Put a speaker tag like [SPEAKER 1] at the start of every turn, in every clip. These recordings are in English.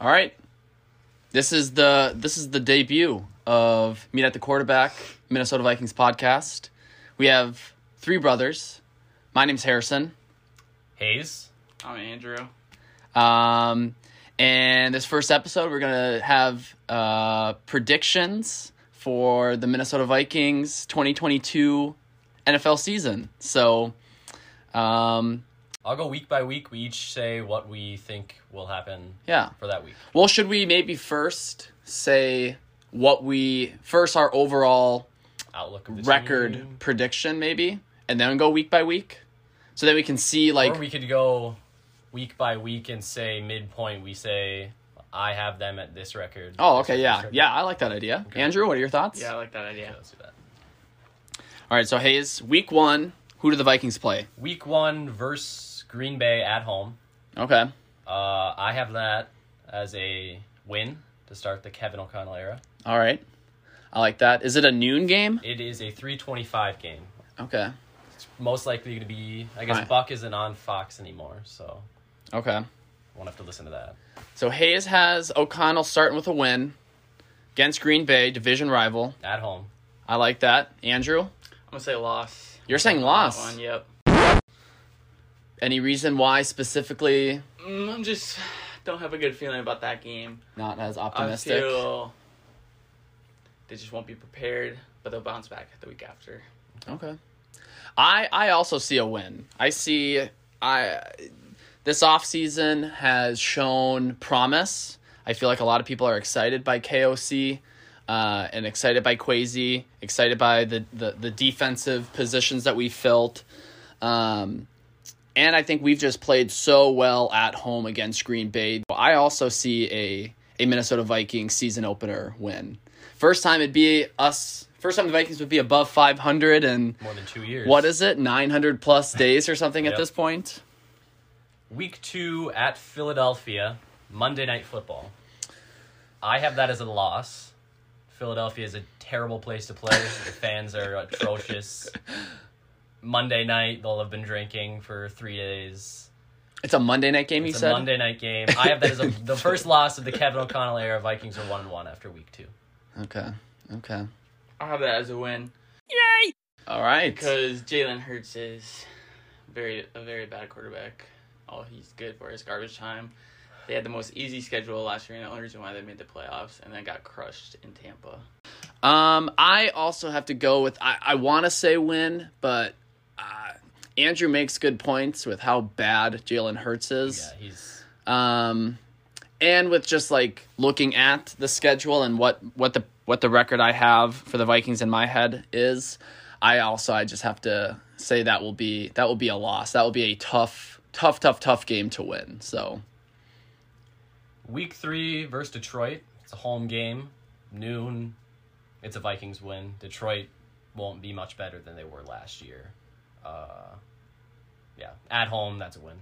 [SPEAKER 1] All right. This is the this is the debut of Meet at the Quarterback Minnesota Vikings podcast. We have three brothers. My name's Harrison.
[SPEAKER 2] Hayes.
[SPEAKER 3] I'm Andrew.
[SPEAKER 1] Um, and this first episode, we're gonna have uh, predictions for the Minnesota Vikings 2022 NFL season. So, um,
[SPEAKER 2] I'll go week by week. We each say what we think will happen
[SPEAKER 1] yeah.
[SPEAKER 2] for that week.
[SPEAKER 1] Well, should we maybe first say what we first our overall
[SPEAKER 2] Outlook of the
[SPEAKER 1] record
[SPEAKER 2] team.
[SPEAKER 1] prediction maybe, and then go week by week, so that we can see like
[SPEAKER 2] or we could go week by week and say midpoint. We say I have them at this record.
[SPEAKER 1] oh
[SPEAKER 2] this
[SPEAKER 1] okay
[SPEAKER 2] record,
[SPEAKER 1] yeah
[SPEAKER 2] this record.
[SPEAKER 1] yeah I like that idea. Andrew, what are your thoughts?
[SPEAKER 3] Yeah, I like that idea.
[SPEAKER 2] Let's do that.
[SPEAKER 1] All right, so Hayes, week one, who do the Vikings play?
[SPEAKER 2] Week one versus Green Bay at home.
[SPEAKER 1] Okay.
[SPEAKER 2] Uh, I have that as a win to start the Kevin O'Connell era.
[SPEAKER 1] All right. I like that. Is it a noon game?
[SPEAKER 2] It is a three twenty five game.
[SPEAKER 1] Okay.
[SPEAKER 2] Most likely going to be. I guess
[SPEAKER 1] Alright.
[SPEAKER 2] Buck isn't on Fox anymore, so
[SPEAKER 1] Okay.
[SPEAKER 2] won't have to listen to that.
[SPEAKER 1] So Hayes has O'Connell starting with a win against Green Bay, division rival.
[SPEAKER 2] At home.
[SPEAKER 1] I like that. Andrew,
[SPEAKER 3] I'm gonna say loss.
[SPEAKER 1] you're saying
[SPEAKER 3] On that
[SPEAKER 1] loss.
[SPEAKER 3] One, yep.
[SPEAKER 1] Any reason why specifically
[SPEAKER 3] Mm, I'm just don't have a good feeling about that game.
[SPEAKER 1] not as
[SPEAKER 3] I
[SPEAKER 1] optimistic?
[SPEAKER 3] feel they just won't be prepared, but they'll bounce back the week after.
[SPEAKER 1] Okay. I I also see a win. I see I this offseason has shown promise. I feel like a lot of people are excited by KOC uh, and excited by Quasi, excited by the, the, the defensive positions that we filled. Um, and I think we've just played so well at home against Green Bay. I also see a, a Minnesota Vikings season opener win. First time it'd be us, first time the Vikings would be above 500 and
[SPEAKER 2] More than two years.
[SPEAKER 1] what is it, 900 plus days or something at
[SPEAKER 2] Yep.
[SPEAKER 1] this point?
[SPEAKER 2] Week two at Philadelphia, Monday Night Football. I have that as a loss. Philadelphia is a terrible place to play. the fans are atrocious. Monday night, they'll have been drinking for three days.
[SPEAKER 1] It's a Monday night game, you
[SPEAKER 2] It's a
[SPEAKER 1] said?
[SPEAKER 2] Monday night game. I have that as a, the first loss of the Kevin O'Connell era. Vikings are one and one after week two.
[SPEAKER 1] Okay. Okay.
[SPEAKER 3] I'll have that as a win
[SPEAKER 1] All right.
[SPEAKER 3] because Jalen Hurts is very a very bad quarterback. All he's good for is garbage time. They had the most easy schedule last year, and the only reason why they made the playoffs and then got crushed in Tampa.
[SPEAKER 1] Um, I also have to go with I, I want to say win, but uh, Andrew makes good points with how bad Jalen Hurts
[SPEAKER 2] Yeah,
[SPEAKER 1] is.
[SPEAKER 2] he's
[SPEAKER 1] Um, and with just like looking at the schedule and what what the what the record I have for the Vikings in my head is, I also I just have to say that will be that will be a loss. That will be a tough tough tough tough game to win. So
[SPEAKER 2] week three versus Detroit. It's a home game, noon. It's a Vikings win. Detroit won't be much better than they were last year. Uh, yeah, at home, that's a win.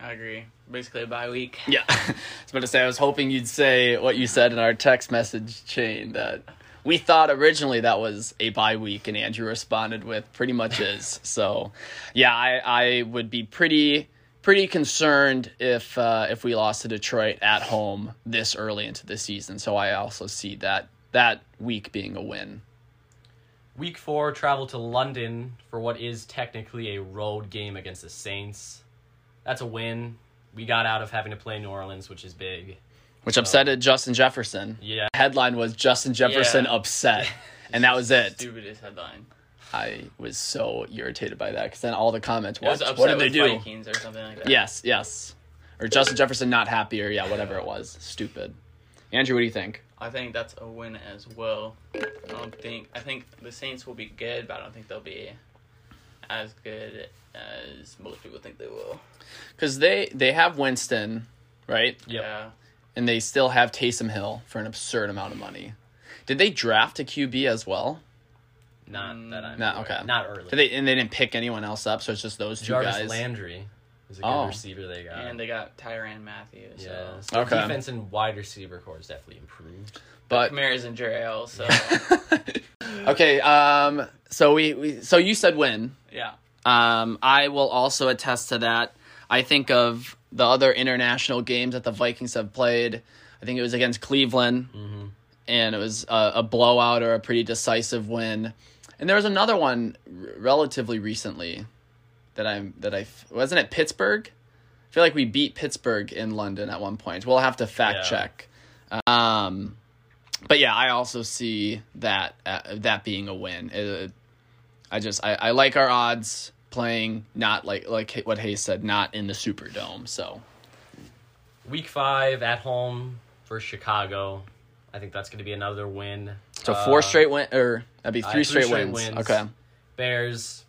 [SPEAKER 3] I agree. Basically, a bye week.
[SPEAKER 1] Yeah. I was about to say, I was hoping you'd say what you said in our text message chain that we thought originally that was a bye week, and Andrew responded with pretty much is. So, yeah, I, I would be pretty pretty concerned if uh, if we lost to Detroit at home this early into the season. So I also see that that week being a win.
[SPEAKER 2] Week four, travel to London for what is technically a road game against the Saints. That's a win. We got out of having to play New Orleans, which is big.
[SPEAKER 1] Which upsetted Justin Jefferson.
[SPEAKER 2] Yeah,
[SPEAKER 1] Headline was Justin Jefferson
[SPEAKER 3] Yeah.
[SPEAKER 1] upset, and that was it.
[SPEAKER 3] Stupidest headline.
[SPEAKER 1] I was so irritated by that because then all the comments
[SPEAKER 3] It
[SPEAKER 1] was,
[SPEAKER 3] was
[SPEAKER 1] "What,
[SPEAKER 3] upset
[SPEAKER 1] what did they
[SPEAKER 3] with
[SPEAKER 1] do?"
[SPEAKER 3] Vikings or something like that.
[SPEAKER 1] Yes, yes. Or Justin Jefferson not happy, or yeah, whatever it was. Stupid. Andrew, what do you think?
[SPEAKER 3] I think that's a win as well. I don't think I think the Saints will be good, but I don't think they'll be as good as most people think they will.
[SPEAKER 1] Because they they have Winston, right?
[SPEAKER 2] Yep.
[SPEAKER 3] Yeah.
[SPEAKER 1] And they still have Taysom Hill for an absurd amount of money. Did they draft a QB as well?
[SPEAKER 2] not that I'm
[SPEAKER 1] Not-
[SPEAKER 2] aware-
[SPEAKER 1] okay.
[SPEAKER 2] Not early.
[SPEAKER 1] Did they and they didn't pick anyone else up, so it's just those two
[SPEAKER 2] Jarvis
[SPEAKER 1] guys.
[SPEAKER 2] Landry is a good
[SPEAKER 1] Oh.
[SPEAKER 2] receiver they got.
[SPEAKER 3] And they got Tyran Matthews.
[SPEAKER 2] yeah,
[SPEAKER 3] So.
[SPEAKER 2] so
[SPEAKER 1] Okay.
[SPEAKER 2] defense and wide receiver core is definitely improved.
[SPEAKER 1] but
[SPEAKER 3] Kamara's in jail, so
[SPEAKER 1] Okay. Um. So we, we. So you said win.
[SPEAKER 3] Yeah.
[SPEAKER 1] Um. I will also attest to that. I think of the other international games that the Vikings have played. I think it was against Cleveland, and it was a, a blowout or a pretty decisive win. And there was another one r- relatively recently that I'm that I f- wasn't it Pittsburgh. I feel like we beat Pittsburgh in London at one point. We'll have to fact
[SPEAKER 2] Yeah.
[SPEAKER 1] check. Um, but yeah, I also see that uh, that being a win. Uh, I just I, I like our odds playing not like like what Hayes said, not in the Superdome. So
[SPEAKER 2] Week five at home versus Chicago. I think that's going to be another win.
[SPEAKER 1] so
[SPEAKER 2] Uh,
[SPEAKER 1] four straight win or that'd be
[SPEAKER 2] uh,
[SPEAKER 1] three, straight, wins. Okay,
[SPEAKER 2] Bears.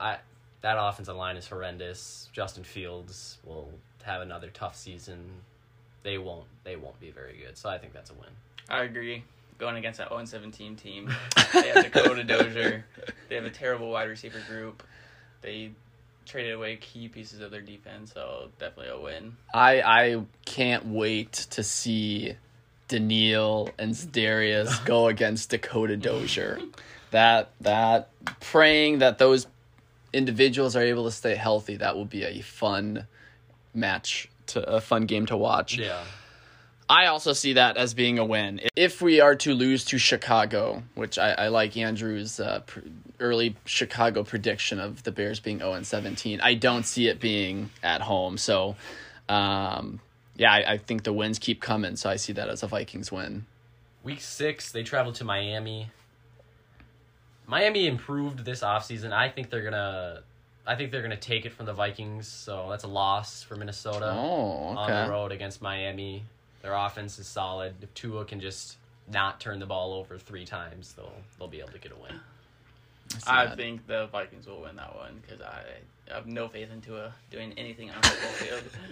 [SPEAKER 2] I that offensive line is horrendous. Justin Fields will have another tough season. They won't. They won't be very good. So I think that's a win.
[SPEAKER 3] I agree. Going against that 0 17 team, they have Dakota Dozier. They have a terrible wide receiver group. They traded away key pieces of their defense, so definitely a win.
[SPEAKER 1] I I can't wait to see Daniil and Darius go against Dakota Dozier. That that praying that those individuals are able to stay healthy. That will be a fun match to a fun game to watch.
[SPEAKER 2] Yeah.
[SPEAKER 1] I also see that as being a win. If we are to lose to Chicago, which I, I like Andrew's uh, pr- early Chicago prediction of the Bears being 0 and 17, I don't see it being at home. So, um, yeah, I, I think the wins keep coming. So I see that as a Vikings win.
[SPEAKER 2] Week six, they travel to Miami. Miami improved this offseason. I think they're gonna I think they're gonna take it from the Vikings, so that's a loss for Minnesota
[SPEAKER 1] Oh,
[SPEAKER 2] on the
[SPEAKER 1] okay.
[SPEAKER 2] road against Miami. Their offense is solid. If Tua can just not turn the ball over three times, they'll they'll be able to get a win.
[SPEAKER 1] see
[SPEAKER 3] I
[SPEAKER 1] that.
[SPEAKER 3] think the Vikings will win that one because I, I have no faith in Tua doing anything on the football field.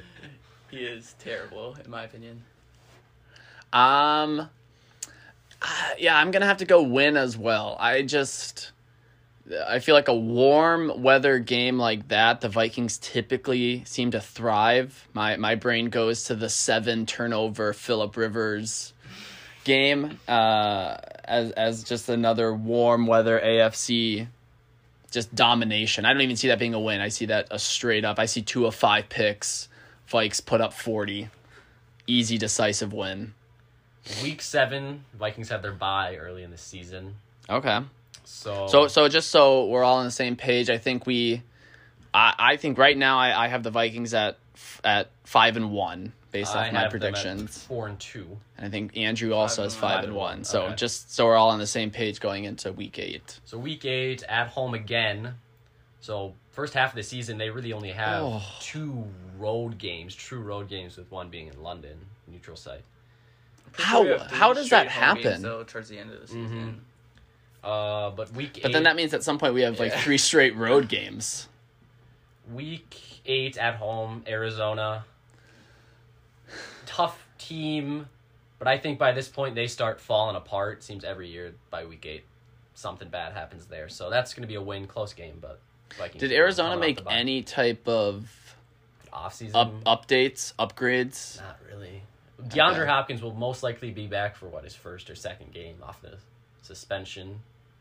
[SPEAKER 3] He is terrible, in my opinion.
[SPEAKER 1] Um, ah, yeah, I'm gonna have to go win as well. I just, I feel like a warm weather game like that, the Vikings typically seem to thrive. My my brain goes to the seven turnover Philip Rivers game uh, as as just another warm weather AFC just domination. I don't even see that being a win. I see that a straight up. I see two of five picks. Vikes put up forty. Easy decisive win.
[SPEAKER 2] Week seven, Vikings have their bye early in the season.
[SPEAKER 1] Okay.
[SPEAKER 2] So
[SPEAKER 1] So so just so we're all on the same page, I think we, I I think right now I, I have the Vikings at f- at five and one based
[SPEAKER 2] I
[SPEAKER 1] off my
[SPEAKER 2] have them at
[SPEAKER 1] predictions,
[SPEAKER 2] four and two.
[SPEAKER 1] and I think Andrew also
[SPEAKER 3] Five
[SPEAKER 1] has
[SPEAKER 3] and
[SPEAKER 1] five
[SPEAKER 3] one.
[SPEAKER 1] and one. So
[SPEAKER 2] Okay.
[SPEAKER 1] just so we're all on the same page going into week eight.
[SPEAKER 2] So week eight at home again. So first half of the season, they really only have
[SPEAKER 1] Oh.
[SPEAKER 2] two road games, true road games, with one being in London, neutral site.
[SPEAKER 1] How-
[SPEAKER 3] We have three
[SPEAKER 1] how does that
[SPEAKER 3] straight home games,
[SPEAKER 1] happen? Mm-hmm.
[SPEAKER 3] though, towards the end of the season.
[SPEAKER 2] Uh, but week
[SPEAKER 1] But
[SPEAKER 2] eight,
[SPEAKER 1] then that means at some point we have like
[SPEAKER 3] Yeah.
[SPEAKER 1] three straight road games.
[SPEAKER 2] week eight at home, Arizona. Tough team, but I think by this point they start falling apart. Seems every year by week eight, something bad happens there. So that's going to be a win, close game, but. Vikings
[SPEAKER 1] Did
[SPEAKER 2] will
[SPEAKER 1] Arizona
[SPEAKER 2] come out
[SPEAKER 1] make
[SPEAKER 2] the bye.
[SPEAKER 1] any type of
[SPEAKER 2] offseason
[SPEAKER 1] up updates, upgrades?
[SPEAKER 2] Not really. DeAndre
[SPEAKER 1] Okay.
[SPEAKER 2] Hopkins will most likely be back for what his first or second game off the suspension.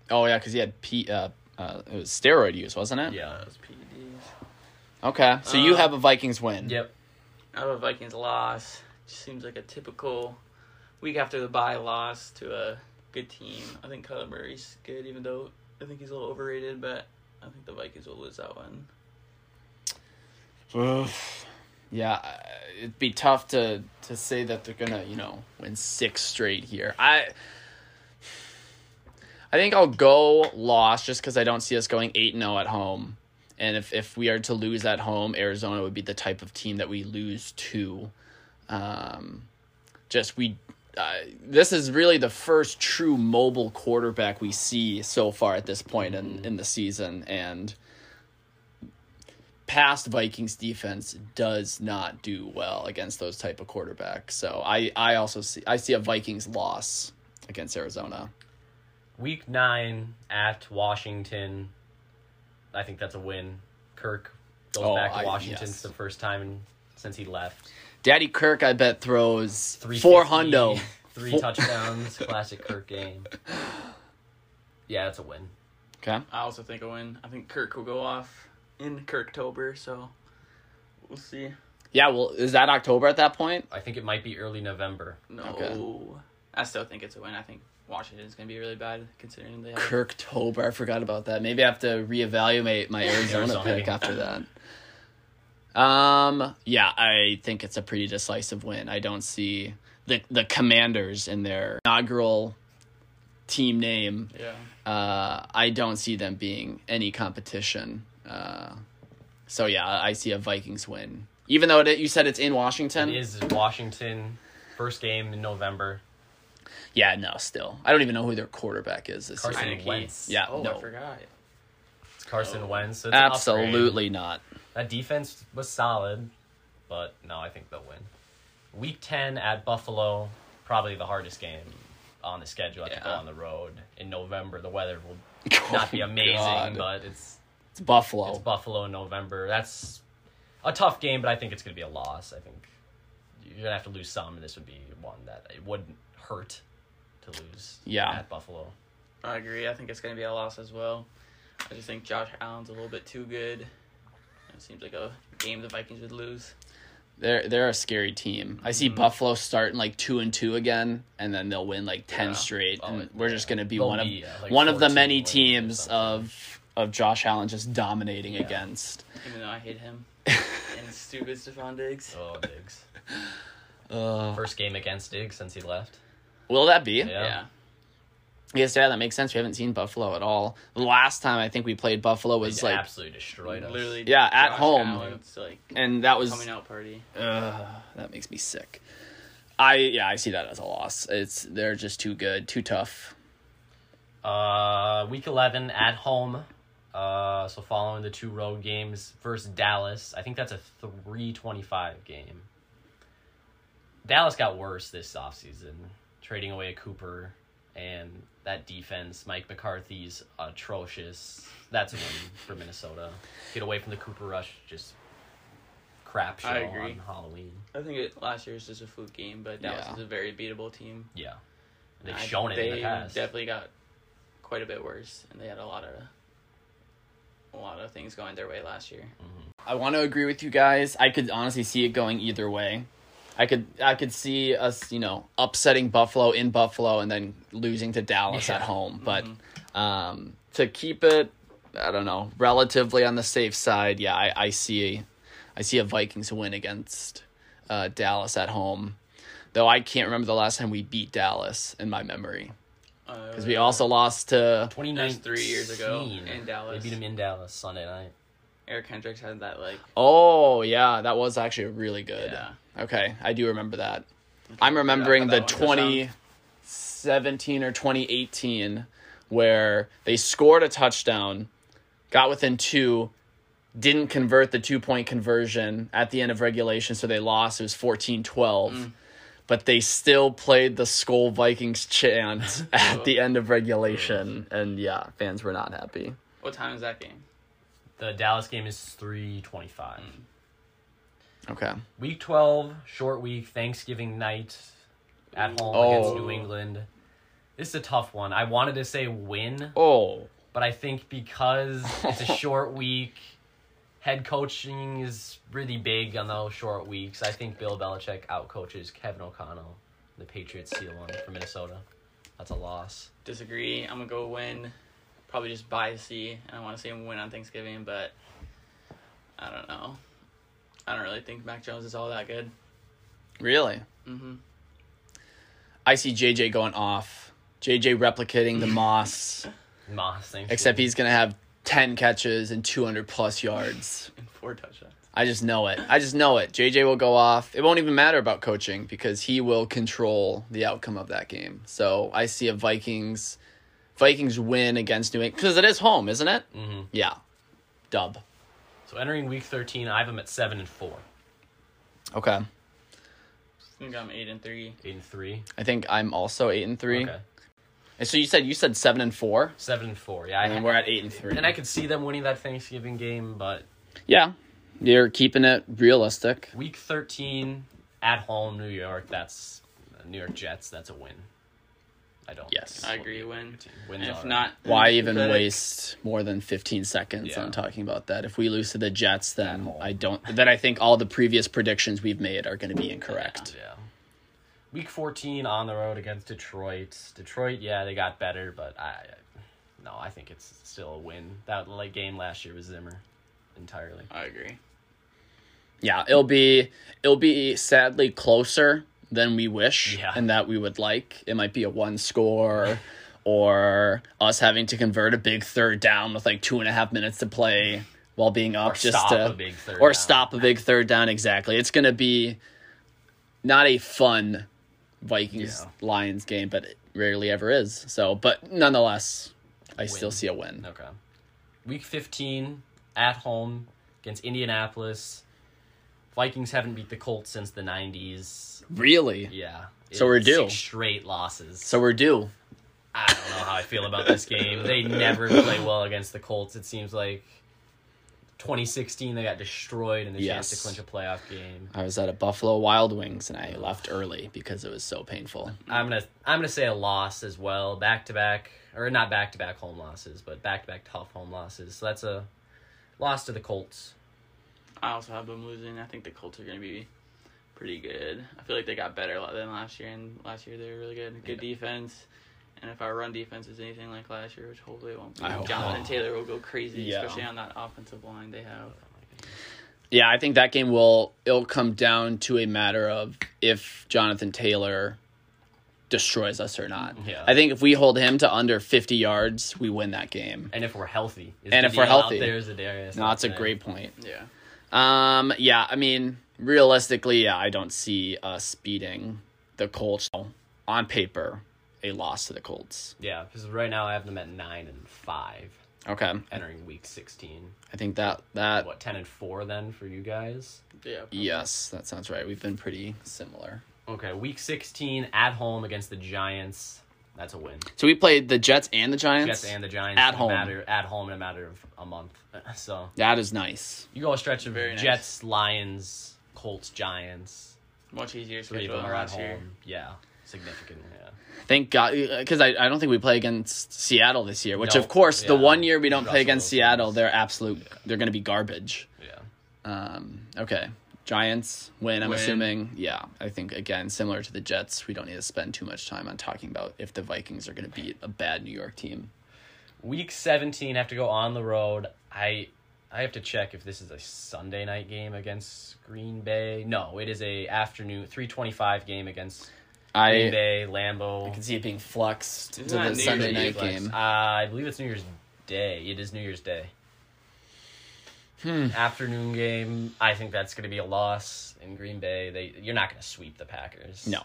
[SPEAKER 1] Oh yeah, because he had P, uh, uh, it was steroid use, wasn't it?
[SPEAKER 2] Yeah.
[SPEAKER 3] Uh, Those E PEDs.
[SPEAKER 1] Okay, so you
[SPEAKER 3] Uh,
[SPEAKER 1] have a Vikings win.
[SPEAKER 2] Yep.
[SPEAKER 3] I have a Vikings loss. Just seems like a typical week after the bye loss to a good team. I think Kyler Murray's good, even though I think he's a little overrated, but I think the Vikings will lose that one.
[SPEAKER 1] Oof. Yeah, I- it'd be tough to to say that they're gonna you know win six straight here. I I think I'll go loss just because I don't see us going eight zero at home. And if if we are to lose at home, Arizona would be the type of team that we lose to. Um, just we. Uh, this is really the first true mobile quarterback we see so far at this point in, in the season, and past Vikings defense does not do well against those type of quarterbacks. So I I also see I see a Vikings loss against Arizona.
[SPEAKER 2] Week nine at Washington. I think that's a win. Kirk goes
[SPEAKER 1] Oh,
[SPEAKER 2] back
[SPEAKER 1] I-
[SPEAKER 2] to Washington
[SPEAKER 1] yes.
[SPEAKER 2] for the first time in, since he left.
[SPEAKER 1] Daddy Kirk I bet throws four
[SPEAKER 2] 350,
[SPEAKER 1] hundo.
[SPEAKER 2] Three
[SPEAKER 1] Four-
[SPEAKER 2] touchdowns. Classic Kirk game. Yeah, that's a win.
[SPEAKER 1] Okay.
[SPEAKER 3] I also think a win. I think Kirk will go off in Kirktober, so we'll see.
[SPEAKER 1] Yeah. Well, is that October at that point?
[SPEAKER 2] I think it might be early November.
[SPEAKER 3] No,
[SPEAKER 1] Okay.
[SPEAKER 3] I still think it's a win. I think Washington's gonna be really bad considering
[SPEAKER 2] Uh,
[SPEAKER 3] they. Have,
[SPEAKER 1] Kirktober. I forgot about that. Maybe I have to reevaluate my Arizona,
[SPEAKER 2] Arizona,
[SPEAKER 1] pick
[SPEAKER 2] yeah.
[SPEAKER 1] after that. Um. Yeah, I think it's a pretty decisive win. I don't see the the Commanders in their inaugural team name.
[SPEAKER 3] yeah,
[SPEAKER 1] Uh, I don't see them being any competition. Uh, so yeah, I see a Vikings win. Even though it, you said it's in Washington,
[SPEAKER 2] It is Washington, first game in November.
[SPEAKER 1] yeah, no, still, I don't even know who their quarterback is this
[SPEAKER 2] Carson
[SPEAKER 1] year.
[SPEAKER 3] Heineke.
[SPEAKER 2] Wentz.
[SPEAKER 1] Yeah,
[SPEAKER 3] Oh, I
[SPEAKER 1] no,
[SPEAKER 3] forgot.
[SPEAKER 2] It's Carson
[SPEAKER 3] Oh.
[SPEAKER 2] Wentz. so it's an upgrade.
[SPEAKER 1] absolutely not.
[SPEAKER 2] That defense was solid, but no, I think they'll win. Week 10 at Buffalo, probably the hardest game on the schedule. I think
[SPEAKER 3] Yeah.
[SPEAKER 2] on the road in November. The weather will not be amazing,
[SPEAKER 1] Oh, God. Oh.
[SPEAKER 2] but it's
[SPEAKER 1] it's Buffalo.
[SPEAKER 2] it's Buffalo in November. That's a tough game, but I think it's going to be a loss. I think you're going to have to lose some, and this would be one that it wouldn't hurt to lose
[SPEAKER 1] Yeah.
[SPEAKER 2] at Buffalo.
[SPEAKER 3] I agree. I think it's gonna be a loss as well. I just think Josh Allen's a little bit too good. It seems like a game the Vikings would lose.
[SPEAKER 1] They're they're a scary team. I
[SPEAKER 2] Mm.
[SPEAKER 1] see Buffalo starting like two and two again, and then they'll win like ten
[SPEAKER 3] Yeah.
[SPEAKER 1] straight,
[SPEAKER 2] Oh,
[SPEAKER 1] and
[SPEAKER 2] it-
[SPEAKER 1] we're just gonna be
[SPEAKER 2] They'll
[SPEAKER 1] one of
[SPEAKER 2] be, uh, like
[SPEAKER 1] one of the
[SPEAKER 2] 14
[SPEAKER 1] many
[SPEAKER 2] wins or
[SPEAKER 1] teams
[SPEAKER 2] something.
[SPEAKER 1] of of Josh Allen just dominating
[SPEAKER 2] Yeah.
[SPEAKER 1] against.
[SPEAKER 3] Even though I hate him and stupid Stephon Diggs.
[SPEAKER 2] Oh, Diggs.
[SPEAKER 1] Uh,
[SPEAKER 2] First game against Diggs since he left.
[SPEAKER 1] will that be?
[SPEAKER 2] Yeah.
[SPEAKER 1] Yes, yeah, that makes sense. We haven't seen Buffalo at all. The last time I think we played Buffalo was
[SPEAKER 2] He's
[SPEAKER 1] like,
[SPEAKER 2] absolutely destroyed us.
[SPEAKER 3] literally.
[SPEAKER 1] Yeah, at
[SPEAKER 3] Josh
[SPEAKER 1] home.
[SPEAKER 3] Allen's like
[SPEAKER 1] and that was
[SPEAKER 3] coming out party.
[SPEAKER 1] Ugh, that makes me sick. I yeah, I see that as a loss. It's they're just too good, too tough.
[SPEAKER 2] Uh, week 11 at home. Uh, so following the two road games versus Dallas, I think that's a 325 game. Dallas got worse this offseason, trading away Cooper and that defense. Mike McCarthy's atrocious. That's a win for Minnesota. Get away from the Cooper rush, just crap show
[SPEAKER 3] I agree.
[SPEAKER 2] on Halloween.
[SPEAKER 3] I think it, last year was just a fluke game, but Dallas
[SPEAKER 1] Yeah.
[SPEAKER 3] is a very beatable team.
[SPEAKER 2] Yeah. They've
[SPEAKER 3] I-
[SPEAKER 2] shown it in the
[SPEAKER 3] they
[SPEAKER 2] past.
[SPEAKER 3] Definitely got quite a bit worse, and they had a lot of a lot of things going their way last year.
[SPEAKER 1] I want to agree with you guys. I could honestly see it going either way. I could I could see us, you know, upsetting Buffalo in Buffalo and then losing to Dallas at
[SPEAKER 2] Yeah.
[SPEAKER 1] home. But um, to keep it, I don't know, relatively on the safe side, yeah, I, I see I see a Vikings win against uh, Dallas at home. Though I can't remember the last time we beat Dallas in my memory.
[SPEAKER 3] Uh,
[SPEAKER 1] Because we also lost to
[SPEAKER 3] That
[SPEAKER 2] 29
[SPEAKER 3] was three years ago in Dallas.
[SPEAKER 2] They beat him in Dallas Sunday night.
[SPEAKER 3] Eric Hendricks had that like
[SPEAKER 1] Oh yeah, that was actually really good.
[SPEAKER 3] yeah.
[SPEAKER 1] Okay, I do remember that. I'm remembering the
[SPEAKER 3] Yeah, I thought that one was
[SPEAKER 1] 2017 or 2018 where they scored a touchdown, got within two, didn't convert the two point conversion at the end of regulation, so they lost. It was 14 12.
[SPEAKER 3] Mm.
[SPEAKER 1] But they still played the Skull Vikings chant at the end of regulation. And yeah, fans were not happy.
[SPEAKER 3] What time is that game?
[SPEAKER 2] The Dallas game is 325.
[SPEAKER 1] Hmm. Okay.
[SPEAKER 2] Week 12, short week, Thanksgiving night at home
[SPEAKER 1] Oh.
[SPEAKER 2] against New England. This is a tough one. I wanted to say win,
[SPEAKER 1] Oh,
[SPEAKER 2] but I think because it's a short week, head coaching is really big on those short weeks. I think Bill Belichick outcoaches Kevin O'Connell, the Patriots seal one for Minnesota. That's a loss.
[SPEAKER 3] Disagree. I'm gonna go win. Probably just biasy, and I want to see him win on Thanksgiving, but I don't know. I don't really think Mac Jones is all that good.
[SPEAKER 1] really?
[SPEAKER 3] hmm
[SPEAKER 1] I see JJ going off. JJ replicating the Moss,
[SPEAKER 2] Moss, Thanksgiving.
[SPEAKER 1] except he's gonna have ten catches and two hundred plus yards.
[SPEAKER 3] And four touchdowns.
[SPEAKER 1] I just know it. I just know it. JJ will go off. It won't even matter about coaching because he will control the outcome of that game. So I see a Vikings, Vikings win against New England because it is home, isn't it?
[SPEAKER 2] Mhm.
[SPEAKER 1] Yeah, dub.
[SPEAKER 2] So entering week 13, I have him at 7 and 4.
[SPEAKER 1] Okay,
[SPEAKER 3] I think I'm eight and three.
[SPEAKER 2] 8 and 3.
[SPEAKER 1] I think I'm also eight and three.
[SPEAKER 2] Okay.
[SPEAKER 1] And so you said you said seven and four,
[SPEAKER 2] Seven and four. Yeah, I
[SPEAKER 1] and then we're at eight and three.
[SPEAKER 2] and I could see them winning that Thanksgiving game, but
[SPEAKER 1] yeah, you're keeping it realistic.
[SPEAKER 2] week thirteen at home, New York. That's New York Jets. That's a win. I don't.
[SPEAKER 1] Yes.
[SPEAKER 2] think
[SPEAKER 3] I
[SPEAKER 2] we'll
[SPEAKER 3] agree,
[SPEAKER 2] be a
[SPEAKER 3] win.
[SPEAKER 2] good team.
[SPEAKER 3] And
[SPEAKER 2] Win's
[SPEAKER 3] if
[SPEAKER 2] all right.
[SPEAKER 3] not, then
[SPEAKER 1] Why
[SPEAKER 3] it's
[SPEAKER 1] even
[SPEAKER 3] pathetic.
[SPEAKER 1] waste more than 15 seconds
[SPEAKER 2] Yeah.
[SPEAKER 1] on talking about that? If we lose to the Jets, then
[SPEAKER 2] home.
[SPEAKER 1] I don't. Then I think all the previous predictions we've made are going to be incorrect.
[SPEAKER 2] Yeah. Week 14 on the road against Detroit. Detroit, yeah, they got better, but I no, I think it's still a win. That late game last year was Zimmer entirely.
[SPEAKER 3] I agree.
[SPEAKER 1] Yeah, it'll be it'll be sadly closer than we wish
[SPEAKER 2] Yeah.
[SPEAKER 1] and that we would like. It might be a one score or us having to convert a big third down with like two and a half minutes to play while being up
[SPEAKER 2] Or
[SPEAKER 1] just
[SPEAKER 2] stop
[SPEAKER 1] to
[SPEAKER 2] a big third
[SPEAKER 1] or
[SPEAKER 2] down.
[SPEAKER 1] stop a big third down exactly. It's gonna be not a fun Vikings
[SPEAKER 2] Yeah.
[SPEAKER 1] Lions game, but it rarely ever is. So but nonetheless, I still
[SPEAKER 2] Win.
[SPEAKER 1] see a win.
[SPEAKER 2] Okay. Week 15 at home against Indianapolis. Vikings haven't beat the Colts since the 90s.
[SPEAKER 1] Really?
[SPEAKER 2] Yeah.
[SPEAKER 1] So we're
[SPEAKER 2] Six
[SPEAKER 1] due.
[SPEAKER 2] straight losses.
[SPEAKER 1] So we're due.
[SPEAKER 2] I don't know how I feel about this game. They never play well against the Colts. It seems like 2016 they got destroyed and the chance
[SPEAKER 1] Yes.
[SPEAKER 2] to clinch a playoff game.
[SPEAKER 1] I was at a Buffalo Wild Wings and I left early because it was so painful.
[SPEAKER 2] I'm gonna I'm gonna say a loss as well, back to back or not back to back home losses, but back to back tough home losses. So that's a loss to the Colts.
[SPEAKER 3] I also have them losing. I think the Colts are going to be pretty good. I feel like they got better la- than last year, and last year they were really good. Good defense. And if our run defense is anything like last year, which hopefully it won't be,
[SPEAKER 1] I hope
[SPEAKER 3] Jonathan
[SPEAKER 2] not.
[SPEAKER 3] Taylor will go crazy,
[SPEAKER 1] Yeah.
[SPEAKER 3] especially on that offensive line they have.
[SPEAKER 1] Yeah, I think that game will it'll come down to a matter of if Jonathan Taylor destroys us or not.
[SPEAKER 2] Yeah.
[SPEAKER 1] I think if we hold him to under 50 yards, we win that game.
[SPEAKER 2] And if we're healthy, is
[SPEAKER 1] And if
[SPEAKER 2] Danielle
[SPEAKER 1] we're
[SPEAKER 2] out
[SPEAKER 1] healthy.
[SPEAKER 2] there is Zadarius
[SPEAKER 1] No, that's a
[SPEAKER 2] out there?
[SPEAKER 1] great point.
[SPEAKER 3] Yeah.
[SPEAKER 1] Um, yeah, I mean, realistically, yeah, I don't see us beating the Colts on paper. A loss to the Colts.
[SPEAKER 2] Yeah, because right now I have them at nine and five
[SPEAKER 1] Okay,
[SPEAKER 2] entering week 16.
[SPEAKER 1] I think that that
[SPEAKER 2] What 10 and four then for you guys?
[SPEAKER 3] Yeah.
[SPEAKER 1] yes, that sounds right. We've been pretty similar.
[SPEAKER 2] Okay, week 16 at home against the Giants. That's a win.
[SPEAKER 1] So we played the Jets and the Giants.
[SPEAKER 2] Jets and the Giants
[SPEAKER 1] At
[SPEAKER 2] in a
[SPEAKER 1] home.
[SPEAKER 2] matter, at home in a matter of a month. So
[SPEAKER 1] that is nice.
[SPEAKER 2] you go a stretch of
[SPEAKER 3] Very nice.
[SPEAKER 2] Jets, Lions, Colts, Giants.
[SPEAKER 3] Much easier
[SPEAKER 2] Three of
[SPEAKER 3] schedule
[SPEAKER 2] them
[SPEAKER 3] than
[SPEAKER 2] are at
[SPEAKER 3] last
[SPEAKER 2] home.
[SPEAKER 3] year.
[SPEAKER 2] Yeah, significant. Yeah.
[SPEAKER 1] Thank God, because I, I don't think we play against Seattle this year. Which
[SPEAKER 2] No,
[SPEAKER 1] of course, the
[SPEAKER 2] yeah.
[SPEAKER 1] one year we don't play
[SPEAKER 2] Russell
[SPEAKER 1] against
[SPEAKER 2] Wilson.
[SPEAKER 1] Seattle, they're absolute. They're going to be garbage.
[SPEAKER 2] Yeah.
[SPEAKER 1] Um, okay, Giants win. I'm
[SPEAKER 3] Win.
[SPEAKER 1] assuming. Yeah, I think again similar to the Jets, we don't need to spend too much time on talking about if the Vikings are going to beat a bad New York team.
[SPEAKER 2] Week 17 have to go on the road. I I have to check if this is a Sunday night game against Green Bay. No, it is a afternoon 325 game against Green
[SPEAKER 1] I
[SPEAKER 2] Bay, Lambeau.
[SPEAKER 1] can see it being flexed to
[SPEAKER 3] Isn't that
[SPEAKER 1] the
[SPEAKER 3] New Year's
[SPEAKER 1] Sunday
[SPEAKER 3] Eve
[SPEAKER 1] night
[SPEAKER 3] flex?
[SPEAKER 1] game.
[SPEAKER 2] Uh, I believe it's New Year's Day. It is New Year's Day.
[SPEAKER 1] Hmm.
[SPEAKER 2] Afternoon game. I think that's going to be a loss in Green Bay. They you're not going to sweep the Packers.
[SPEAKER 1] No,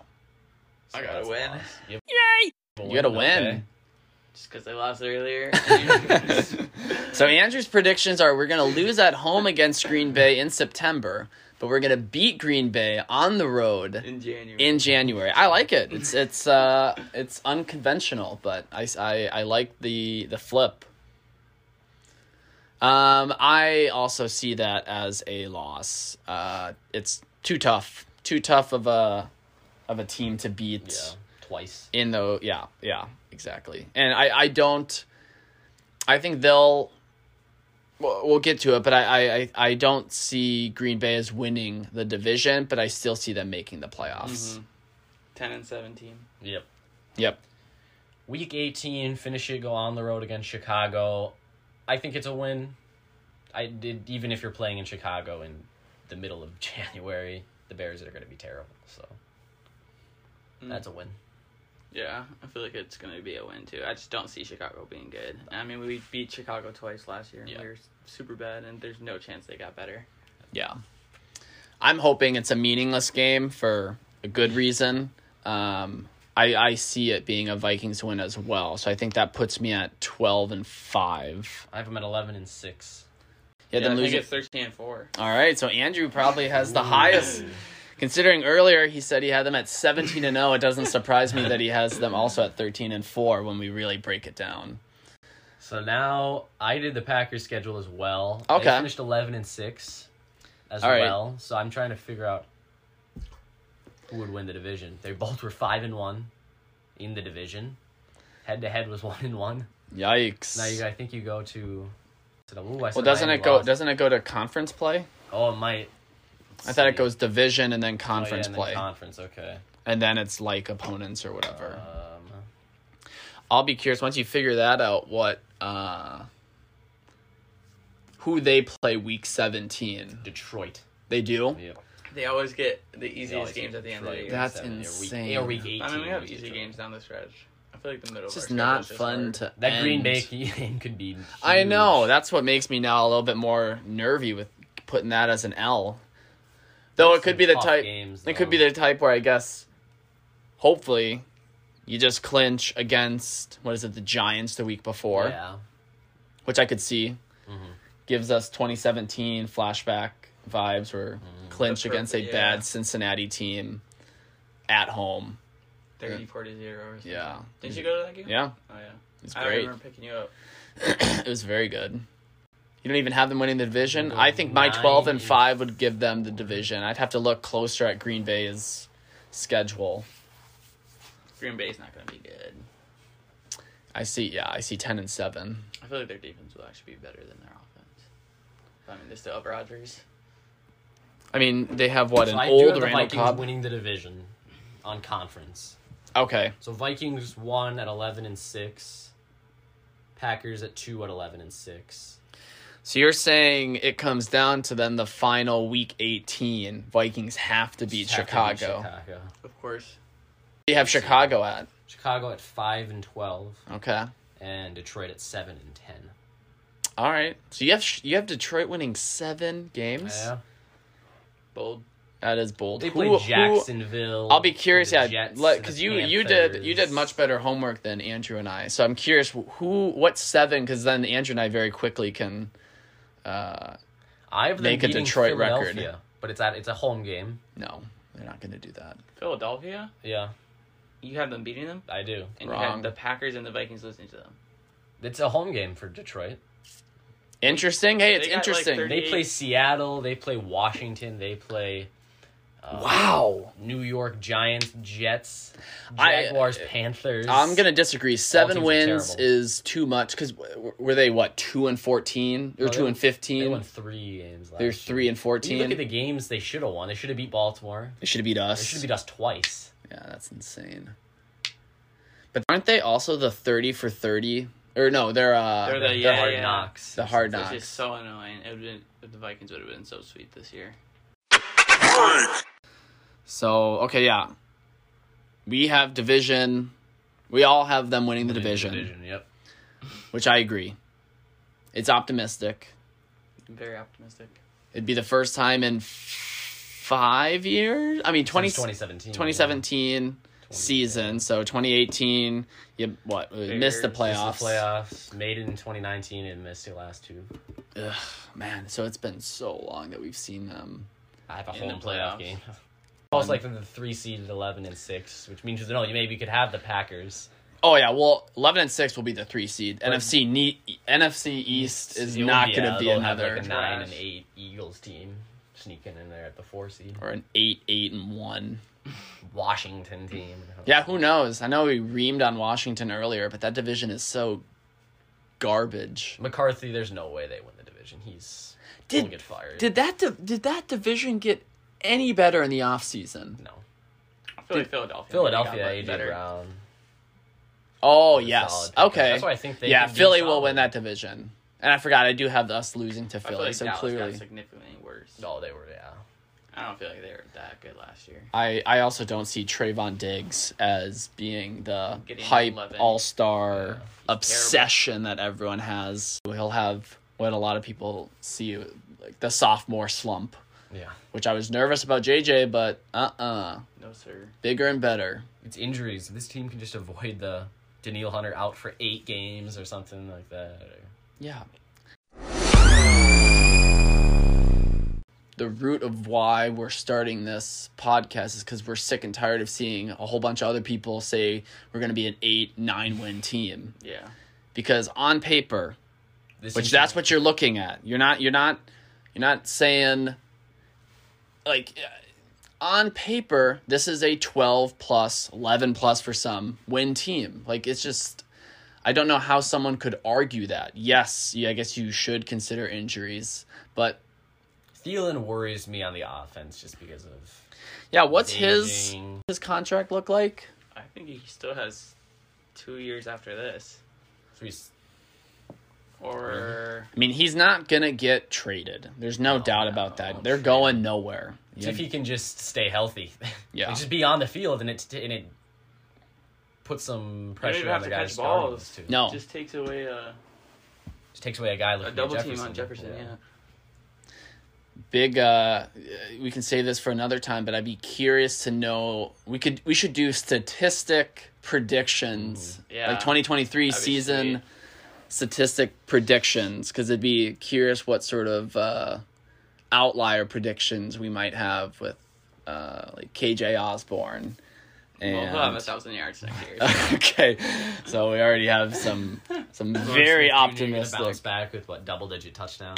[SPEAKER 2] So
[SPEAKER 3] I gotta
[SPEAKER 2] that's a
[SPEAKER 3] win.
[SPEAKER 2] loss. You have
[SPEAKER 1] you got to win.
[SPEAKER 2] okay.
[SPEAKER 3] Just because they lost earlier.
[SPEAKER 1] So Andrew's predictions are we're going to lose at home against Green Bay in September, but we're going to beat Green Bay on the road
[SPEAKER 3] in January.
[SPEAKER 1] in January. I like it. It's it's uh it's unconventional, but I I, I like the the flip. Um I also see that as a loss. Uh it's too tough. Too tough of a of a team to beat
[SPEAKER 2] Yeah, twice.
[SPEAKER 1] in the yeah yeah exactly and i i don't i think they'll we'll, we'll get to it but I, I I- i don't see green bay as winning the division but i still see them making the playoffs
[SPEAKER 3] Mhm. 10 and 17.
[SPEAKER 2] Yep.
[SPEAKER 1] yep
[SPEAKER 2] Week 18, finish it, go on the road against Chicago. I think it's a win. I did even if you're playing in Chicago in the middle of January, the Bears are going to be terrible. So
[SPEAKER 3] Mm.
[SPEAKER 2] that's a win.
[SPEAKER 3] Yeah, I feel like it's gonna be a win too. I just don't see Chicago being good. I mean, we beat Chicago twice last year. and
[SPEAKER 2] Yeah.
[SPEAKER 3] We were s- super bad, and there's no chance they got better.
[SPEAKER 1] yeah i'm hoping it's a meaningless game for a good reason um I, I see it being a Vikings win as well. So I think that puts me at 12 and 5.
[SPEAKER 2] I have them at 11 and 6.
[SPEAKER 1] Yeah,
[SPEAKER 3] Yeah,
[SPEAKER 1] then
[SPEAKER 3] I
[SPEAKER 1] lose
[SPEAKER 3] think
[SPEAKER 1] it.
[SPEAKER 3] it's thirteen and four.
[SPEAKER 1] All right, so Andrew probably has the highest. Considering earlier he said he had them at 17 and 0, it doesn't surprise me that he has them also at 13 and 4 when we really break it down.
[SPEAKER 2] So now I did the Packers schedule as well. They
[SPEAKER 1] Okay.
[SPEAKER 2] finished 11 and 6 as
[SPEAKER 1] All right.
[SPEAKER 2] well. So I'm trying to figure out who would win the division. They both were 5 and 1 in the division. Head to head was one and one.
[SPEAKER 1] Yikes.
[SPEAKER 2] Now you, I think you go to. Ooh, I
[SPEAKER 1] well,
[SPEAKER 2] said
[SPEAKER 1] doesn't
[SPEAKER 2] Miami
[SPEAKER 1] it go?
[SPEAKER 2] lost.
[SPEAKER 1] Doesn't it go to conference play?
[SPEAKER 2] oh, it might.
[SPEAKER 1] I thought it
[SPEAKER 2] See.
[SPEAKER 1] goes division and then
[SPEAKER 2] Oh, yeah,
[SPEAKER 1] conference
[SPEAKER 2] and then
[SPEAKER 1] play,
[SPEAKER 2] Conference, okay.
[SPEAKER 1] and then it's like opponents or whatever.
[SPEAKER 2] Um,
[SPEAKER 1] I'll be curious once you figure that out. What? uh Who they play week seventeen?
[SPEAKER 2] Detroit.
[SPEAKER 1] They do.
[SPEAKER 2] Yeah.
[SPEAKER 3] They always get the
[SPEAKER 2] They always
[SPEAKER 3] easiest games
[SPEAKER 2] get
[SPEAKER 3] at the end
[SPEAKER 2] Detroit
[SPEAKER 3] of the year.
[SPEAKER 2] week
[SPEAKER 1] That's
[SPEAKER 2] seven, or week-
[SPEAKER 1] insane.
[SPEAKER 2] Or week 18.
[SPEAKER 3] I mean, we have
[SPEAKER 2] is
[SPEAKER 3] easy
[SPEAKER 2] Detroit.
[SPEAKER 3] games down the stretch. I feel like the middle.
[SPEAKER 1] It's
[SPEAKER 3] of
[SPEAKER 1] just
[SPEAKER 3] our
[SPEAKER 1] not
[SPEAKER 3] schedule is
[SPEAKER 1] fun
[SPEAKER 3] hard.
[SPEAKER 1] to.
[SPEAKER 2] That Green
[SPEAKER 1] end.
[SPEAKER 2] Bay game could be. Huge.
[SPEAKER 1] I know. That's what makes me now a little bit more nervy with putting that as an L. Though it
[SPEAKER 2] Some
[SPEAKER 1] could be the
[SPEAKER 2] tough
[SPEAKER 1] type.
[SPEAKER 2] games,
[SPEAKER 1] it could be
[SPEAKER 2] though.
[SPEAKER 1] the type where I guess, hopefully, you just clinch against what is it, the Giants the week before,
[SPEAKER 2] Yeah.
[SPEAKER 1] which I could see,
[SPEAKER 3] Mm-hmm.
[SPEAKER 1] gives us 2017 flashback vibes where clinch
[SPEAKER 3] Mm-hmm. The perfect-
[SPEAKER 1] against a
[SPEAKER 3] yeah.
[SPEAKER 1] bad Cincinnati team at home.
[SPEAKER 3] 30, 40, 0 or something.
[SPEAKER 1] Yeah,
[SPEAKER 3] Didn't you go to that game?
[SPEAKER 1] yeah,
[SPEAKER 3] Oh yeah.
[SPEAKER 1] it's
[SPEAKER 3] I
[SPEAKER 1] great.
[SPEAKER 3] remember picking you up.
[SPEAKER 1] It was very good. You don't even have them winning the division. I think my
[SPEAKER 2] Nine
[SPEAKER 1] 12 and
[SPEAKER 2] is-
[SPEAKER 1] 5 would give them the division. I'd have to look closer at Green Bay's schedule.
[SPEAKER 3] Green Bay's not going to be good.
[SPEAKER 1] I see, yeah, I see 10 and 7.
[SPEAKER 3] I feel like their defense will actually be better than their offense. I mean, they still have Rodgers.
[SPEAKER 1] I mean, they have what,
[SPEAKER 2] So
[SPEAKER 1] an
[SPEAKER 2] I do have
[SPEAKER 1] old
[SPEAKER 2] the
[SPEAKER 1] Randall
[SPEAKER 2] Vikings
[SPEAKER 1] Cobb?
[SPEAKER 2] winning the division on conference.
[SPEAKER 1] Okay,
[SPEAKER 2] So Vikings won at 11 and 6. Packers at 2 at 11 and 6.
[SPEAKER 1] so you're saying it comes down to then the final week 18. Vikings have to beat
[SPEAKER 2] Just have to
[SPEAKER 1] Chicago.
[SPEAKER 2] Chicago.
[SPEAKER 3] Of course.
[SPEAKER 1] You have Chicago at.
[SPEAKER 2] Chicago at 5 and 12
[SPEAKER 1] Okay.
[SPEAKER 2] and Detroit at 7 and 10.
[SPEAKER 1] All right. So you have you have Detroit winning 7 games?
[SPEAKER 2] Yeah.
[SPEAKER 3] Bold.
[SPEAKER 1] That is bold.
[SPEAKER 2] They
[SPEAKER 1] Who-
[SPEAKER 2] play
[SPEAKER 1] who-
[SPEAKER 2] Jacksonville.
[SPEAKER 1] I'll be curious,
[SPEAKER 2] the
[SPEAKER 1] yeah,
[SPEAKER 2] Jets, and the
[SPEAKER 1] because you you did you did
[SPEAKER 2] Panthers.
[SPEAKER 1] much better homework than Andrew and I. So I'm curious wh- who what seven because then Andrew and I very quickly can. Uh,
[SPEAKER 2] I have them
[SPEAKER 1] make a
[SPEAKER 2] beating
[SPEAKER 1] Detroit record.
[SPEAKER 2] Philadelphia, But it's at it's a home game.
[SPEAKER 1] no, they're not going to do that.
[SPEAKER 3] Philadelphia?
[SPEAKER 2] Yeah,
[SPEAKER 3] You have them beating them?
[SPEAKER 2] I do.
[SPEAKER 3] And you
[SPEAKER 1] Wrong.
[SPEAKER 3] have the Packers and the Vikings losing to them.
[SPEAKER 2] It's a home game for Detroit.
[SPEAKER 1] Interesting. Hey, it's
[SPEAKER 3] They got, like,
[SPEAKER 1] interesting.
[SPEAKER 3] 30
[SPEAKER 2] They play Seattle. They play Washington. They play um,
[SPEAKER 1] wow.
[SPEAKER 2] New York Giants, Jets,
[SPEAKER 1] I- uh,
[SPEAKER 2] Jaguars, Panthers.
[SPEAKER 1] I'm gonna disagree. Seven
[SPEAKER 2] teams are
[SPEAKER 1] wins
[SPEAKER 2] terrible.
[SPEAKER 1] is too much because were they what two and fourteen or
[SPEAKER 2] No,
[SPEAKER 1] two
[SPEAKER 2] they-
[SPEAKER 1] and
[SPEAKER 2] They
[SPEAKER 1] fifteen?
[SPEAKER 2] won three games. Last
[SPEAKER 1] They're
[SPEAKER 2] year.
[SPEAKER 1] three and
[SPEAKER 2] When you look at the
[SPEAKER 1] fourteen.
[SPEAKER 2] games they should have won. They should have beat Baltimore.
[SPEAKER 1] They should have beat
[SPEAKER 2] They should
[SPEAKER 1] us.
[SPEAKER 2] have beat us twice.
[SPEAKER 1] Yeah, that's insane. But aren't they also the thirty for thirty? Or no, they're uh
[SPEAKER 3] They're the-
[SPEAKER 2] The
[SPEAKER 3] yeah,
[SPEAKER 2] hard
[SPEAKER 3] yeah.
[SPEAKER 2] knocks.
[SPEAKER 1] the hard
[SPEAKER 3] It's
[SPEAKER 1] knocks.
[SPEAKER 3] just so annoying. It would have been, the Vikings would have been so sweet this year.
[SPEAKER 1] So okay, yeah. We have division. We all have them winning the division,
[SPEAKER 2] Yep.
[SPEAKER 1] which I agree. It's optimistic.
[SPEAKER 3] I'm very optimistic.
[SPEAKER 1] It'd be the first time in f- five years. I mean, 20,
[SPEAKER 2] Since 2017.
[SPEAKER 1] 2017 season. So 2018, you what we missed the
[SPEAKER 2] yeah. Missed
[SPEAKER 1] playoffs.
[SPEAKER 2] the playoffs. Made it in 2019 and missed the last two.
[SPEAKER 1] Ugh, man, so it's been so long that we've seen them.
[SPEAKER 2] I have a
[SPEAKER 3] In
[SPEAKER 2] whole
[SPEAKER 3] the
[SPEAKER 2] playoff
[SPEAKER 3] playoffs.
[SPEAKER 2] game. Almost like the three seeded eleven and six, which means you know you maybe could have the Packers.
[SPEAKER 1] Oh yeah, well, 11 and six will be the three seed. NFC ne- NFC East is
[SPEAKER 2] It would
[SPEAKER 1] not
[SPEAKER 2] be-
[SPEAKER 1] going
[SPEAKER 2] yeah,
[SPEAKER 1] to be
[SPEAKER 2] they'll have,
[SPEAKER 1] another
[SPEAKER 2] like a nine and
[SPEAKER 3] trash.
[SPEAKER 2] eight Eagles team sneaking in there at the four seed.
[SPEAKER 1] or an eight, eight and one.
[SPEAKER 2] Washington team.
[SPEAKER 1] Yeah, who knows? I know we reamed on Washington earlier, but that division is so garbage.
[SPEAKER 2] McCarthy, there's no way they win the division. He's
[SPEAKER 1] Did-
[SPEAKER 2] he'll get fired.
[SPEAKER 1] Did that div- did that division get any better in the offseason?
[SPEAKER 2] no.
[SPEAKER 3] I feel like Philadelphia.
[SPEAKER 2] Philadelphia,
[SPEAKER 3] got
[SPEAKER 2] AJ
[SPEAKER 3] better.
[SPEAKER 2] Brown.
[SPEAKER 1] Oh,
[SPEAKER 2] a solid
[SPEAKER 1] yes.
[SPEAKER 2] pickup.
[SPEAKER 1] Okay.
[SPEAKER 2] That's why I think they
[SPEAKER 1] Yeah,
[SPEAKER 2] could be
[SPEAKER 1] Philly will
[SPEAKER 2] solid.
[SPEAKER 1] win that division. And I forgot I do have us losing to
[SPEAKER 3] I feel
[SPEAKER 1] Philly,
[SPEAKER 3] like
[SPEAKER 1] so
[SPEAKER 3] Dallas
[SPEAKER 1] clearly.
[SPEAKER 3] got significantly worse.
[SPEAKER 2] No, they were yeah.
[SPEAKER 3] I don't feel like they were that good last year.
[SPEAKER 1] I, I also don't see Trayvon Diggs as being the
[SPEAKER 3] Getting
[SPEAKER 1] hype
[SPEAKER 3] 11.
[SPEAKER 1] all star obsession that everyone has. He'll have what a lot of people see like the sophomore slump.
[SPEAKER 2] Yeah.
[SPEAKER 1] which I was nervous about JJ, but uh uh
[SPEAKER 3] No sir.
[SPEAKER 1] Bigger and better.
[SPEAKER 2] It's injuries. This team can just avoid the Daniil Hunter out for eight games or something like that.
[SPEAKER 1] Yeah. The root of why we're starting this podcast is because we're sick and tired of seeing a whole bunch of other people say we're going to be an eight, nine win team.
[SPEAKER 3] Yeah.
[SPEAKER 1] Because on paper,
[SPEAKER 2] This
[SPEAKER 1] which
[SPEAKER 2] team-
[SPEAKER 1] that's what you're looking at. You're not. You're not. You're not saying like uh, on paper this is a 12 plus 11 plus for some win team like it's just I don't know how someone could argue that. Yes, yeah, I guess you should consider injuries, but
[SPEAKER 2] Thielen worries me on the offense just because of
[SPEAKER 1] yeah, what's his
[SPEAKER 2] aging.
[SPEAKER 1] his contract look like?
[SPEAKER 3] I think he still has two years after this.
[SPEAKER 2] So he's-
[SPEAKER 3] Or
[SPEAKER 1] I mean, he's not gonna get traded. There's no,
[SPEAKER 2] No,
[SPEAKER 1] doubt
[SPEAKER 2] no,
[SPEAKER 1] about that.
[SPEAKER 2] I'm
[SPEAKER 1] They're
[SPEAKER 2] sure.
[SPEAKER 1] going nowhere.
[SPEAKER 2] if he can just stay healthy,
[SPEAKER 1] Yeah.
[SPEAKER 2] and just be on the field, and it and it puts some
[SPEAKER 3] even
[SPEAKER 2] pressure on
[SPEAKER 3] have
[SPEAKER 2] the
[SPEAKER 3] to
[SPEAKER 2] guy
[SPEAKER 3] catch
[SPEAKER 2] starting
[SPEAKER 3] balls.
[SPEAKER 2] those two.
[SPEAKER 1] No,
[SPEAKER 3] just takes away a,
[SPEAKER 2] just takes away a guy
[SPEAKER 3] a
[SPEAKER 2] like
[SPEAKER 3] double
[SPEAKER 2] Jefferson.
[SPEAKER 3] team on Jefferson. Yeah.
[SPEAKER 1] big uh we can save this for another time but i'd be curious to know we could we should do statistic predictions
[SPEAKER 3] yeah.
[SPEAKER 1] like 2023
[SPEAKER 3] That'd be
[SPEAKER 1] season
[SPEAKER 3] sweet.
[SPEAKER 1] statistic predictions because it'd be curious what sort of uh outlier predictions we might have with uh like kj osborne and
[SPEAKER 3] Well, he'll have a thousand yards next year. so
[SPEAKER 1] okay so we already have some some very
[SPEAKER 2] Bounce
[SPEAKER 1] optimistic
[SPEAKER 2] back with what double digit touchdown.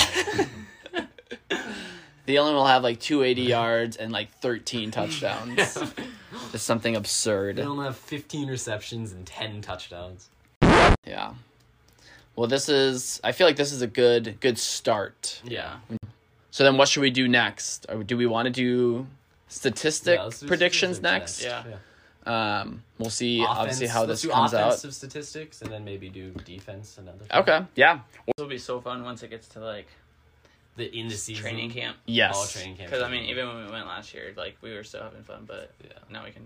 [SPEAKER 1] The only will have like 280 yards and like 13 touchdowns. Just something absurd.
[SPEAKER 2] He'll have 15 receptions and 10 touchdowns.
[SPEAKER 1] Yeah. Well, this is. I feel like this is a good good start.
[SPEAKER 3] yeah.
[SPEAKER 1] So then, what should we do next? Or do we want to do statistic
[SPEAKER 2] Yeah, let's do
[SPEAKER 1] predictions
[SPEAKER 2] statistics
[SPEAKER 1] next?
[SPEAKER 3] next.
[SPEAKER 1] Um, we'll see.
[SPEAKER 2] Offense-
[SPEAKER 1] obviously, how this
[SPEAKER 2] let's do
[SPEAKER 1] comes out.
[SPEAKER 2] offensive statistics, and then maybe do defense another. time.
[SPEAKER 1] Okay. Yeah.
[SPEAKER 3] This will be so fun once it gets to like
[SPEAKER 2] The in the season
[SPEAKER 3] training camp.
[SPEAKER 1] Yes.
[SPEAKER 2] All training camp.
[SPEAKER 3] Because I mean, even when we went last year, like we were still having fun, but
[SPEAKER 2] yeah.
[SPEAKER 3] now we can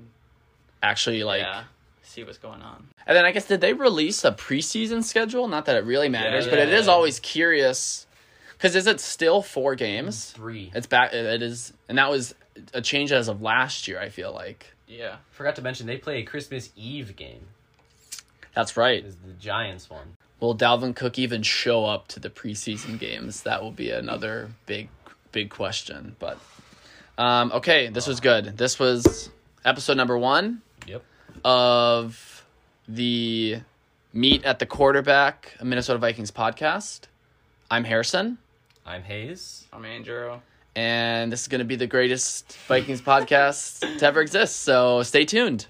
[SPEAKER 1] Actually, like,
[SPEAKER 3] yeah see what's going on.
[SPEAKER 1] and then I guess did they release a preseason schedule? Not that it really matters, but it
[SPEAKER 2] yeah.
[SPEAKER 1] is always curious. Because is it still four games?
[SPEAKER 2] three.
[SPEAKER 1] It's back. It it is, and that was a change as of last year. I feel like
[SPEAKER 3] Yeah.
[SPEAKER 2] Forgot to mention they play a Christmas Eve game.
[SPEAKER 1] that's right.
[SPEAKER 2] Is the Giants one?
[SPEAKER 1] Will Dalvin Cook even show up to the preseason games? That will be another big, big question. But um, okay, this was good. This was episode number one
[SPEAKER 2] Yep.
[SPEAKER 1] of the Meet at the Quarterback a Minnesota Vikings podcast. I'm Harrison,
[SPEAKER 2] I'm Hayes.
[SPEAKER 3] I'm Andrew.
[SPEAKER 1] and this is going to be the greatest Vikings podcast to ever exist. So stay tuned.